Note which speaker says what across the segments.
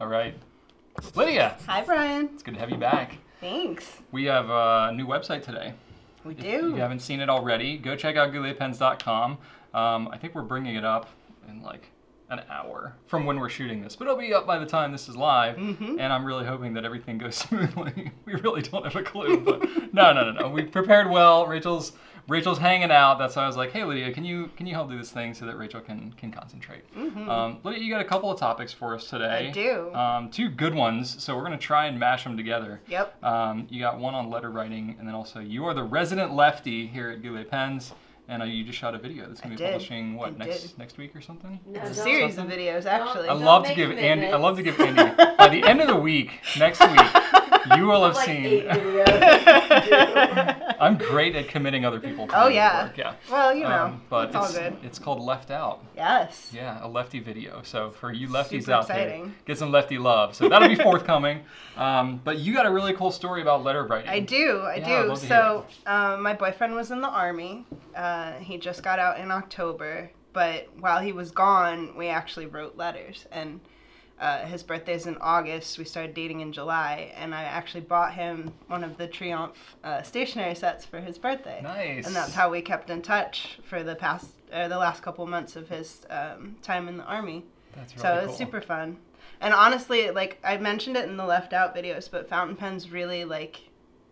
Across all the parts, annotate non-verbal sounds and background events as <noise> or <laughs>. Speaker 1: All right. Lydia,
Speaker 2: Hi, Brian.
Speaker 1: it's good to have you back.
Speaker 2: Thanks.
Speaker 1: We have a new website today.
Speaker 2: We do.
Speaker 1: If you haven't seen it already, go check out GouliaPens.com. Um, I think we're bringing it up in like an hour from when we're shooting this, but it'll be up by the time this is live.
Speaker 2: Mm-hmm.
Speaker 1: And I'm really hoping that everything goes <laughs> smoothly. we really don't have a clue, but <laughs> no, no, no, no. We prepared well. Rachel's Rachel's hanging out. That's why I was like, hey, Lydia, can you can you help do this thing so that Rachel can can concentrate? Um, Lydia, you got a couple of topics for us today.
Speaker 2: Mm-hmm. I do.
Speaker 1: Um, two good ones. So we're gonna try and mash them together.
Speaker 2: Yep.
Speaker 1: Um, you got one on letter writing, and then also you are the resident lefty here at Goulet Pens, and uh, you just shot a video that's gonna
Speaker 2: I
Speaker 1: be
Speaker 2: did.
Speaker 1: publishing what
Speaker 2: I
Speaker 1: next
Speaker 2: did.
Speaker 1: next week or something.
Speaker 3: No,
Speaker 2: It's a
Speaker 3: don't-
Speaker 2: series of videos, actually.
Speaker 1: I
Speaker 3: Don't
Speaker 1: love to
Speaker 3: make
Speaker 1: give Andy. I love to give
Speaker 3: commitments.
Speaker 1: Andy. By the end of the week, next
Speaker 3: <laughs>
Speaker 1: week, you will have
Speaker 3: Like
Speaker 1: seen. <laughs>
Speaker 3: eight videos.
Speaker 2: <laughs>
Speaker 1: I'm great at committing other people. To
Speaker 2: Oh,
Speaker 1: my
Speaker 2: yeah.
Speaker 1: work, yeah.
Speaker 2: well, you know,
Speaker 1: Um, but
Speaker 2: it's all
Speaker 1: it's,
Speaker 2: good.
Speaker 1: it's called Left Out.
Speaker 2: Yes.
Speaker 1: Yeah, a lefty video. So for you lefties
Speaker 2: Super
Speaker 1: out there,
Speaker 2: exciting.
Speaker 1: get some lefty love. So that'll be
Speaker 2: <laughs>
Speaker 1: forthcoming. Um, but you got a really cool story about letter writing.
Speaker 2: I do,
Speaker 1: Yeah,
Speaker 2: I
Speaker 1: I'd
Speaker 2: do.
Speaker 1: love to
Speaker 2: So, um, my boyfriend was in the army. Uh, he just got out in October, but while he was gone, we actually wrote letters. And uh, his birthday's in August. We started dating in July, and I actually bought him one of the Triumph uh, stationery sets for his birthday.
Speaker 1: Nice.
Speaker 2: And that's how we kept in touch for the past, or the last couple months of his um, time in the army.
Speaker 1: That's really
Speaker 2: So it was
Speaker 1: cool.
Speaker 2: super fun. And honestly, like I mentioned it in the left out videos, but fountain pens really like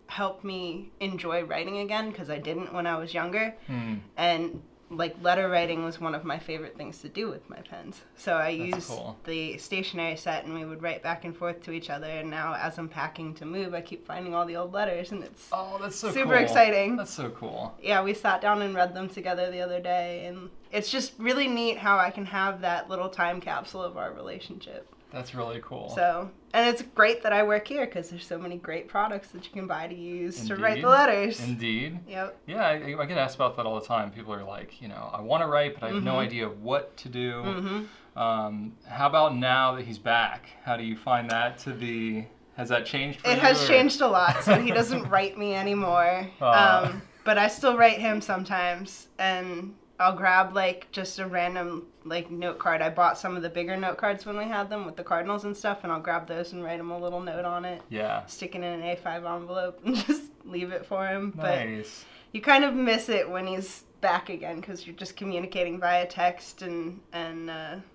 Speaker 2: helped me enjoy writing again because I didn't when I was younger.
Speaker 1: Hmm.
Speaker 2: And like letter writing was one of my favorite things to do with my pens. So I
Speaker 1: That's
Speaker 2: used
Speaker 1: cool.
Speaker 2: the stationery set and we would write back and forth to each other. And now as I'm packing to move, I keep finding all the old letters and it's
Speaker 1: Oh, that's so
Speaker 2: super
Speaker 1: cool.
Speaker 2: exciting.
Speaker 1: That's so cool.
Speaker 2: yeah, we sat down and read them together the other day. And it's just really neat how I can have that little time capsule of our relationship.
Speaker 1: That's really cool.
Speaker 2: So, and it's great that I work here because there's so many great products that you can buy to use to write
Speaker 1: Indeed.
Speaker 2: the letters.
Speaker 1: Indeed.
Speaker 2: Yep.
Speaker 1: Yeah, I, I get asked about that all the time. People are like, you know, I want to write, but I have
Speaker 2: Mm-hmm.
Speaker 1: no idea what to do. Um, how about now that he's back? How do you find that to be? Has that changed for
Speaker 2: It
Speaker 1: you,
Speaker 2: has
Speaker 1: or-
Speaker 2: changed a lot, so he doesn't write me anymore.
Speaker 1: <laughs> Aw.
Speaker 2: Um, but I still write him sometimes, and I'll grab like just a random like note card. I bought some of the bigger note cards when we had them with the cardinals and stuff, and I'll grab those and write him a little note on it,
Speaker 1: Yeah.
Speaker 2: stick it in an A5 envelope, and <laughs> just leave it for him. But
Speaker 1: Nice.
Speaker 2: you kind of miss it when he's back again because you're just communicating via text and and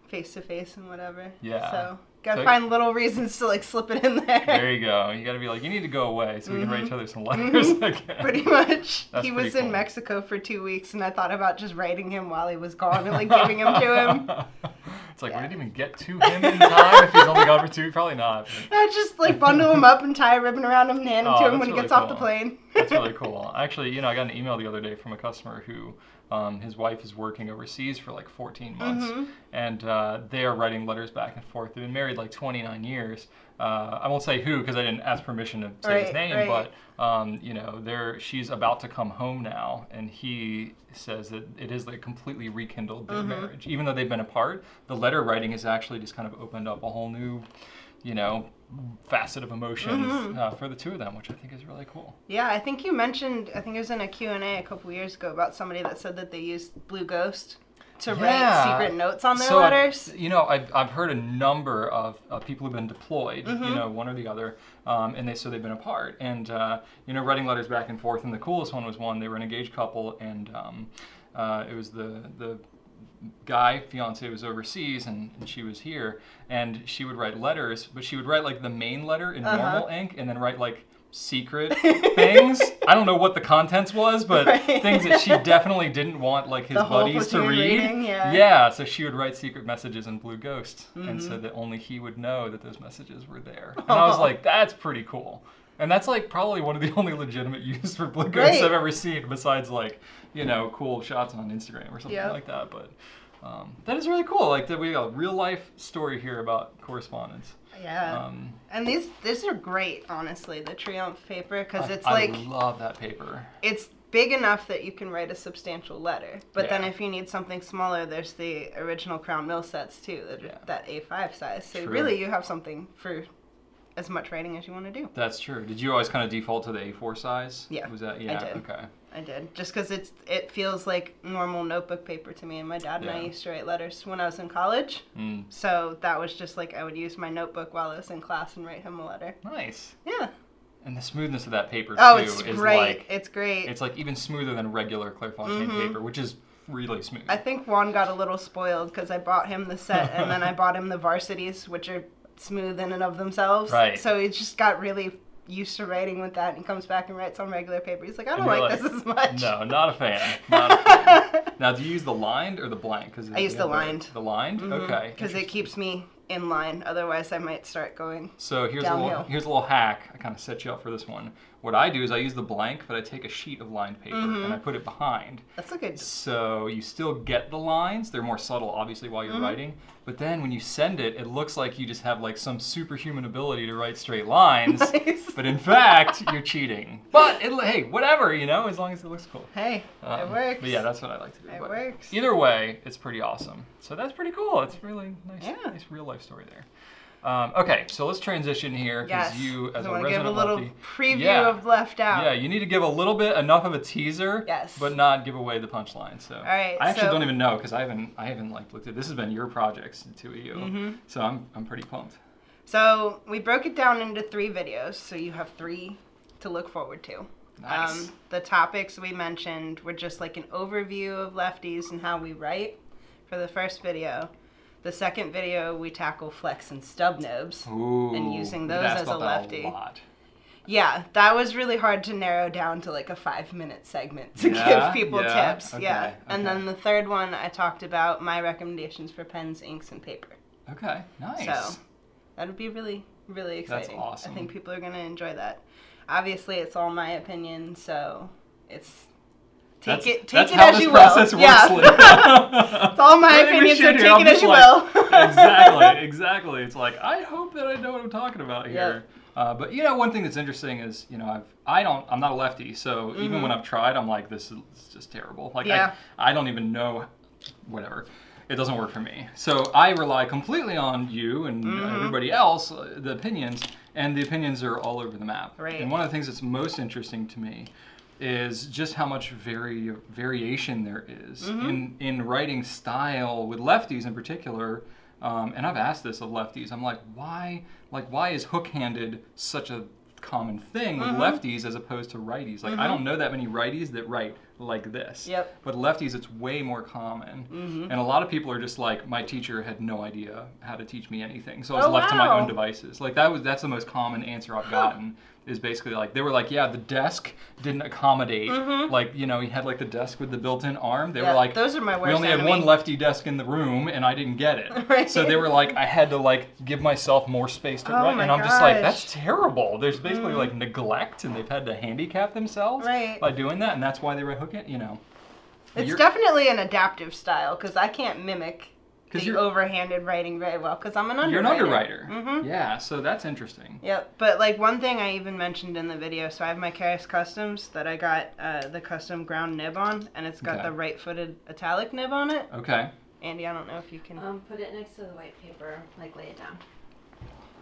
Speaker 2: face to face and whatever.
Speaker 1: Yeah.
Speaker 2: So gotta
Speaker 1: So-
Speaker 2: find little reasons to like slip it in there. <laughs>
Speaker 1: There you go. You got to be like, you need to go away so we can write each other some letters again.
Speaker 2: Mm-hmm. <laughs> Pretty much.
Speaker 1: That's
Speaker 2: he was
Speaker 1: pretty cool.
Speaker 2: in Mexico for two weeks, and I thought about just writing him while he was gone and like giving him to
Speaker 1: <laughs>
Speaker 2: him.
Speaker 1: It's like we
Speaker 2: Yeah.
Speaker 1: didn't even get to him in time. if he's only gone for two, probably not. but-
Speaker 2: I just like bundle him up and tie a ribbon around him and hand him
Speaker 1: Oh,
Speaker 2: to him
Speaker 1: that's
Speaker 2: when he
Speaker 1: really
Speaker 2: gets off the
Speaker 1: cool.
Speaker 2: plane.
Speaker 1: That's really cool. Actually, you know, I got an email the other day from a customer who um, his wife is working overseas for like 14 months,
Speaker 2: Mm-hmm.
Speaker 1: and uh, they are writing letters back and forth. They've been married like 29 years. Uh, I won't say who because I didn't ask permission to say his
Speaker 2: Right,
Speaker 1: name,
Speaker 2: right.
Speaker 1: but um, you know, they're, she's about to come home now, and he says that it is like completely rekindled
Speaker 2: Mm-hmm.
Speaker 1: their marriage. Even though they've been apart, the letter writing has actually just kind of opened up a whole new, you know, facet of emotions
Speaker 2: Mm-hmm.
Speaker 1: uh, for the two of them, which I think is really cool.
Speaker 2: Yeah, I think you mentioned. I think it was in a Q and A a couple years ago about somebody that said that they used Blue Ghost to
Speaker 1: Yeah.
Speaker 2: write secret notes on their
Speaker 1: So, uh, um, I've-
Speaker 2: letters.
Speaker 1: you know, I've, I've heard a number of, of people who've been deployed,
Speaker 2: Mm-hmm.
Speaker 1: you know, one or the other, um, and they so they've been apart, and uh, you know, writing letters back and forth. And the coolest one was one they were an engaged couple, and um, uh, it was the the guy fiance was overseas and, and she was here and she would write letters but she would write like the main letter
Speaker 2: Uh-huh.
Speaker 1: in normal ink and then write like secret <laughs> things i don't know what the contents was but
Speaker 2: <laughs> Right.
Speaker 1: things that she definitely didn't want like his
Speaker 2: The whole
Speaker 1: buddies to
Speaker 2: platoon
Speaker 1: read
Speaker 2: reading, yeah.
Speaker 1: yeah, so she would write secret messages in Blue Ghost, and
Speaker 2: Mm-hmm.
Speaker 1: so that only he would know that those messages were there. And I was
Speaker 2: Aw.
Speaker 1: like, that's pretty cool. And that's like probably one of the <laughs> only legitimate uses for Blue Ghost
Speaker 2: Right.
Speaker 1: I've ever seen, besides like, you know, cool shots on Instagram or something
Speaker 2: Yep.
Speaker 1: like that. But um, that is really cool. Like that we got a real life story here about correspondence.
Speaker 2: Yeah.
Speaker 1: Um,
Speaker 2: And these these are great, honestly, the Triumph paper, because
Speaker 1: I-
Speaker 2: it's
Speaker 1: I
Speaker 2: like
Speaker 1: love that paper.
Speaker 2: it's big enough that you can write a substantial letter. But then
Speaker 1: Yeah.
Speaker 2: if you need something smaller, there's the original Crown Mill sets too, that
Speaker 1: Yeah.
Speaker 2: that A5 size. So
Speaker 1: True.
Speaker 2: really, you have something for as much writing as you want to do.
Speaker 1: That's true. Did you always kind of default to the A4 size?
Speaker 2: Yeah,
Speaker 1: Was that
Speaker 2: I
Speaker 1: yeah?
Speaker 2: did.
Speaker 1: Okay.
Speaker 2: I did just because it's it feels like normal notebook paper to me. And my dad and I
Speaker 1: Yeah.
Speaker 2: used to write letters when I was in college,
Speaker 1: Mm.
Speaker 2: so that was just like I would use my notebook while I was in class and write him a letter.
Speaker 1: Nice.
Speaker 2: Yeah.
Speaker 1: And the smoothness of that paper
Speaker 2: Oh,
Speaker 1: too
Speaker 2: it's
Speaker 1: is
Speaker 2: great.
Speaker 1: like
Speaker 2: it's great.
Speaker 1: it's like even smoother than regular Clairefontaine
Speaker 2: Mhm.
Speaker 1: paper, which is really smooth.
Speaker 2: I think Juan got a little spoiled because I bought him the set and
Speaker 1: <laughs>
Speaker 2: then I bought him the varsities, which are smooth in and of themselves.
Speaker 1: Right.
Speaker 2: So he just got really used to writing with that and comes back and writes on regular paper. He's like, I don't
Speaker 1: you're
Speaker 2: like,
Speaker 1: like,
Speaker 2: this as much.
Speaker 1: no, not a fan.
Speaker 2: <laughs>
Speaker 1: Not a fan. now, do you use the lined or the blank? Because
Speaker 2: I use the lined. Mm-hmm.
Speaker 1: The lined. Okay.
Speaker 2: Because it
Speaker 1: interesting.
Speaker 2: keeps me in line. Otherwise, I might start going.
Speaker 1: So here's a
Speaker 2: Downhill.
Speaker 1: little here's a little hack. I kind of set you up for this one. What I do is I use the blank, but I take a sheet of lined paper
Speaker 2: Mm-hmm.
Speaker 1: and I put it behind.
Speaker 2: That's a good.
Speaker 1: So you still get the lines. They're more subtle, obviously, while
Speaker 2: Mm-hmm.
Speaker 1: you're writing. But then when you send it, it looks like you just have like some superhuman ability to write straight
Speaker 2: <laughs>
Speaker 1: lines.
Speaker 2: Nice.
Speaker 1: <laughs> <laughs> But in fact, you're cheating. But it, hey, whatever, you know, as long as it looks cool.
Speaker 2: Hey,
Speaker 1: Um,
Speaker 2: it works.
Speaker 1: But yeah, that's what I like to do.
Speaker 2: It
Speaker 1: but
Speaker 2: works.
Speaker 1: Either way, it's pretty awesome. So that's pretty cool. It's really nice,
Speaker 2: Yeah.
Speaker 1: nice real life story there. Um, okay, so let's transition here because
Speaker 2: Yes.
Speaker 1: you, as
Speaker 2: I
Speaker 1: a
Speaker 2: want to
Speaker 1: resident
Speaker 2: give a little
Speaker 1: lefty-
Speaker 2: preview
Speaker 1: Yeah.
Speaker 2: of Left Out.
Speaker 1: yeah, you need to give a little bit, enough of a teaser,
Speaker 2: Yes.
Speaker 1: but not give away the punchline. So, all
Speaker 2: right,
Speaker 1: I actually
Speaker 2: so-
Speaker 1: don't even know because I haven't, I haven't like looked at. This has been your projects, the two of you.
Speaker 2: Mm-hmm.
Speaker 1: So I'm, I'm pretty pumped.
Speaker 2: So we broke it down into three videos, so you have three to look forward to. Um,
Speaker 1: Nice.
Speaker 2: the topics we mentioned were just like an overview of lefties and how we write for the first video. The second video, we tackle flex and stub nibs.
Speaker 1: Ooh,
Speaker 2: using
Speaker 1: we've
Speaker 2: those
Speaker 1: asked
Speaker 2: as a
Speaker 1: about that
Speaker 2: lefty.
Speaker 1: A lot.
Speaker 2: Yeah, that was really hard to narrow down to like a five minute segment to
Speaker 1: Yeah,
Speaker 2: give people
Speaker 1: yeah,
Speaker 2: tips.
Speaker 1: okay,
Speaker 2: yeah. And
Speaker 1: okay.
Speaker 2: then the third one, I talked about my recommendations for pens, inks, and paper.
Speaker 1: Okay, nice.
Speaker 2: So that would be really, really
Speaker 1: That's
Speaker 2: exciting.
Speaker 1: awesome.
Speaker 2: I think people are going to enjoy that. Obviously, it's all my opinion, so it's take
Speaker 1: that's,
Speaker 2: it take
Speaker 1: that's
Speaker 2: it
Speaker 1: how
Speaker 2: as
Speaker 1: this
Speaker 2: you
Speaker 1: process
Speaker 2: will.
Speaker 1: works. Lee. <laughs>
Speaker 2: <laughs> it's all my
Speaker 1: I think we
Speaker 2: opinion, so
Speaker 1: should
Speaker 2: take
Speaker 1: do. I'm
Speaker 2: it as
Speaker 1: just
Speaker 2: you
Speaker 1: like- <laughs>
Speaker 2: will. <laughs>
Speaker 1: exactly, exactly. It's like I hope that I know what I'm talking about here. Uh, but you know, one thing that's interesting is you know I've I don't I'm not a lefty, so even when I've tried, I'm like this is it's just terrible. Like
Speaker 2: Mm-hmm. Yeah.
Speaker 1: I I don't even know whatever. It doesn't work for me. So I rely completely on you and
Speaker 2: Mm-hmm.
Speaker 1: everybody else, uh, the opinions, and the opinions are all over the map.
Speaker 2: Right.
Speaker 1: And one of the things that's most interesting to me is just how much vari- variation there is
Speaker 2: Mm-hmm.
Speaker 1: in, in writing style with lefties in particular. Um, and I've asked this of lefties. I'm like, why, like, why is hook-handed such a common thing with
Speaker 2: Mm-hmm.
Speaker 1: lefties as opposed to righties? Like, I don't know that many righties that write like this.
Speaker 2: Yep. Mm-hmm.
Speaker 1: But lefties, it's way more common. And a lot of people are just like, my teacher had no idea how to teach me anything, so I was
Speaker 2: Oh,
Speaker 1: left to my
Speaker 2: wow.
Speaker 1: own devices. Like that was that's the most common answer I've gotten is basically like they were like, yeah, the desk didn't accommodate. Like you know, he had like the desk with the built-in arm. They
Speaker 2: Mm-hmm. Yeah,
Speaker 1: were like,
Speaker 2: those are my
Speaker 1: We
Speaker 2: worst
Speaker 1: only had
Speaker 2: enemy."
Speaker 1: one lefty desk in the room, and I didn't get it.
Speaker 2: <laughs> Right.
Speaker 1: So they were like, I had to like give myself more space to
Speaker 2: Oh
Speaker 1: write,
Speaker 2: my
Speaker 1: and I'm just like,
Speaker 2: gosh. Mm.
Speaker 1: that's terrible. There's basically like neglect, and they've had to handicap themselves
Speaker 2: Right.
Speaker 1: by doing that, and that's why they were hooking. You know.
Speaker 2: it's
Speaker 1: You're-
Speaker 2: definitely an adaptive style because I can't mimic
Speaker 1: 'Cause
Speaker 2: the
Speaker 1: you're-
Speaker 2: overhanded writing very well because I'm an underwriter.
Speaker 1: You're an underwriter.
Speaker 2: Mhm.
Speaker 1: Yeah, so that's interesting.
Speaker 2: Yep, but like one thing I even mentioned in the video, so I have my Karis Customs that I got uh, the custom ground nib on, and it's got
Speaker 1: Okay.
Speaker 2: the right-footed italic nib on it.
Speaker 1: Okay.
Speaker 2: Andy, I don't know if you can.
Speaker 3: Um, put it next to the white paper, like lay it down.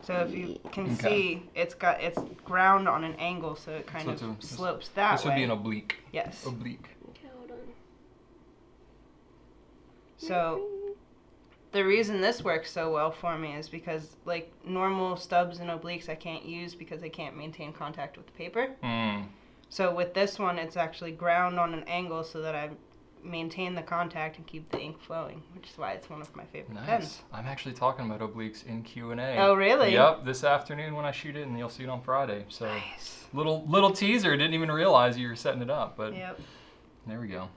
Speaker 2: So if you can
Speaker 1: Okay.
Speaker 2: see, it's got it's ground on an angle, so it kind
Speaker 1: So
Speaker 2: of
Speaker 1: it's a- this-
Speaker 2: slopes that
Speaker 1: this
Speaker 2: way.
Speaker 1: would be an oblique.
Speaker 2: yes.
Speaker 1: Oblique.
Speaker 3: Okay, hold on.
Speaker 2: So the reason this works so well for me is because like normal stubs and obliques I can't use because I can't maintain contact with the paper.
Speaker 1: Mm.
Speaker 2: So with this one, it's actually ground on an angle so that I maintain the contact and keep the ink flowing, which is why it's one of my favorite
Speaker 1: Nice.
Speaker 2: pens.
Speaker 1: I'm actually talking about obliques in Q and A.
Speaker 2: Oh, really?
Speaker 1: Yep. This afternoon when I shoot it, and you'll see it on Friday. So
Speaker 2: Nice.
Speaker 1: little little teaser. Didn't even realize you were setting it up, but
Speaker 2: Yep.
Speaker 1: there we go.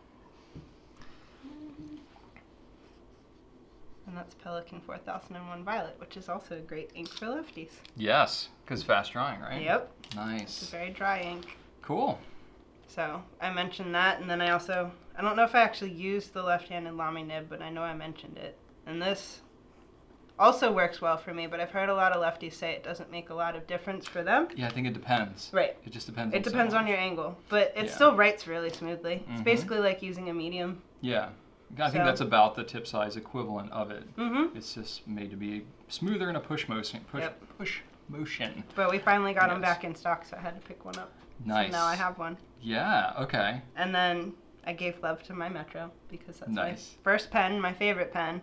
Speaker 2: And that's Pelican 4001 Violet, which is also a great ink for lefties.
Speaker 1: Yes, because fast drying, right?
Speaker 2: Yep. It's a
Speaker 1: Nice.
Speaker 2: very dry ink.
Speaker 1: Cool.
Speaker 2: So I mentioned that, and then I also I don't know if I actually used the left-handed lami nib, but I know I mentioned it. And this also works well for me, but I've heard a lot of lefties say it doesn't make a lot of difference for them.
Speaker 1: Yeah, I think it depends.
Speaker 2: Right.
Speaker 1: It just depends.
Speaker 2: It depends on
Speaker 1: someone.
Speaker 2: your angle, but it
Speaker 1: Yeah.
Speaker 2: still writes really smoothly. It's
Speaker 1: Mhm.
Speaker 2: basically like using a medium.
Speaker 1: Yeah. I think
Speaker 2: So-
Speaker 1: that's about the tip size equivalent of it.
Speaker 2: Mm-hmm.
Speaker 1: It's just made to be smoother in a push motion. Push
Speaker 2: Yep.
Speaker 1: push motion.
Speaker 2: But we finally got them
Speaker 1: Yes.
Speaker 2: back in stock, so I had to pick one up.
Speaker 1: Nice.
Speaker 2: So now I have one.
Speaker 1: Yeah. Okay.
Speaker 2: And then I gave love to my Metro because that's
Speaker 1: Nice.
Speaker 2: my first pen, my favorite pen.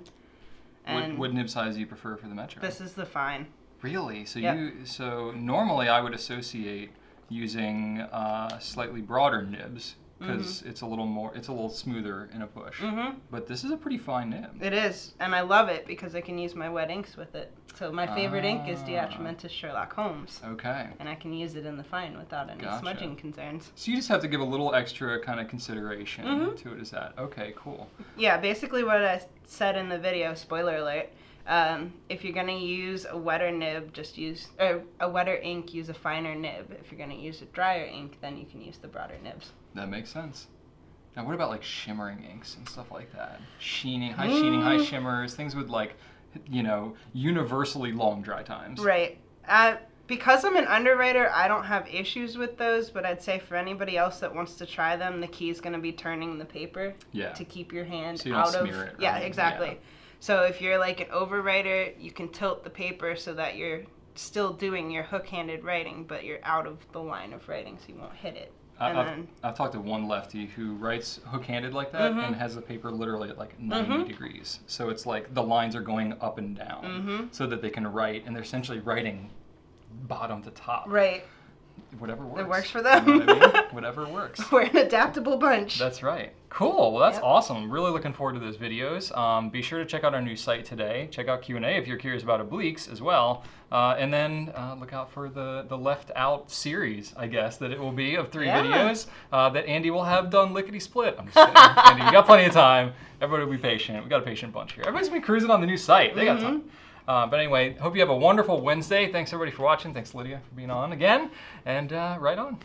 Speaker 2: And
Speaker 1: What, what nib size do you prefer for the Metro?
Speaker 2: this is the fine.
Speaker 1: Really? So
Speaker 2: Yeah.
Speaker 1: you so normally I would associate using uh, slightly broader nibs because
Speaker 2: Mm-hmm.
Speaker 1: it's a little more it's a little smoother in a push.
Speaker 2: hmm
Speaker 1: But this is a pretty fine nib.
Speaker 2: It is, and I love it because I can use my wet inks with it. So my favorite ink is
Speaker 1: Ah.
Speaker 2: Diatramentus Sherlock Holmes,
Speaker 1: Okay.
Speaker 2: and I can use it in the fine without any
Speaker 1: Gotcha.
Speaker 2: smudging concerns.
Speaker 1: So you just have to give a little extra kind of consideration
Speaker 2: Mhm.
Speaker 1: to it. Is that okay? Cool.
Speaker 2: Yeah, basically what I said in the video. Spoiler alert. Um, if you're gonna use a wetter nib, just use or a wetter ink. Use a finer nib. If you're gonna use a drier ink, then you can use the broader nibs.
Speaker 1: That makes sense. Now what about like shimmering inks and stuff like that? Sheening, high sheening, high
Speaker 2: Mm.
Speaker 1: shimmers, things with like you know universally long dry times.
Speaker 2: Right. Uh, because I'm an underwriter, I don't have issues with those. But I'd say for anybody else that wants to try them, the key is gonna be turning the paper.
Speaker 1: Yeah.
Speaker 2: to keep your hand
Speaker 1: So you don't
Speaker 2: out of
Speaker 1: smear it,
Speaker 2: yeah
Speaker 1: right?
Speaker 2: exactly
Speaker 1: Yeah.
Speaker 2: so if you're like an overwriter you can tilt the paper so that you're still doing your hook-handed writing but you're out of the line of writing so you won't hit it
Speaker 1: I,
Speaker 2: and
Speaker 1: I've,
Speaker 2: then-
Speaker 1: I've talked to one lefty who writes hook-handed like that
Speaker 2: Mhm.
Speaker 1: and has the paper literally at like 90
Speaker 2: Mhm.
Speaker 1: degrees. So it's like the lines are going up and down
Speaker 2: Mhm.
Speaker 1: so that they can write, and they're essentially writing bottom to top.
Speaker 2: right
Speaker 1: Whatever works.
Speaker 2: works for
Speaker 1: You know what I
Speaker 2: them.
Speaker 1: mean? Whatever works.
Speaker 2: <laughs> we're an adaptable bunch
Speaker 1: That's right. Cool. Well, that's
Speaker 2: Yep.
Speaker 1: awesome. Really looking forward to those videos. Um, be sure to check out our new site today. Check out Q and A if you're curious about obliques as well. Uh, and then uh, look out for the the left out series, I guess that it will be of three
Speaker 2: Yeah.
Speaker 1: videos uh, that Andy will have done lickety split. I'm just kidding. Andy, you got plenty of time. Everybody be patient. We got a patient bunch here. Everybody's been cruising on the new site. They got time. Uh, but anyway, hope you have a wonderful Wednesday. Thanks everybody for watching. Thanks Lydia for being on again. And uh, right on.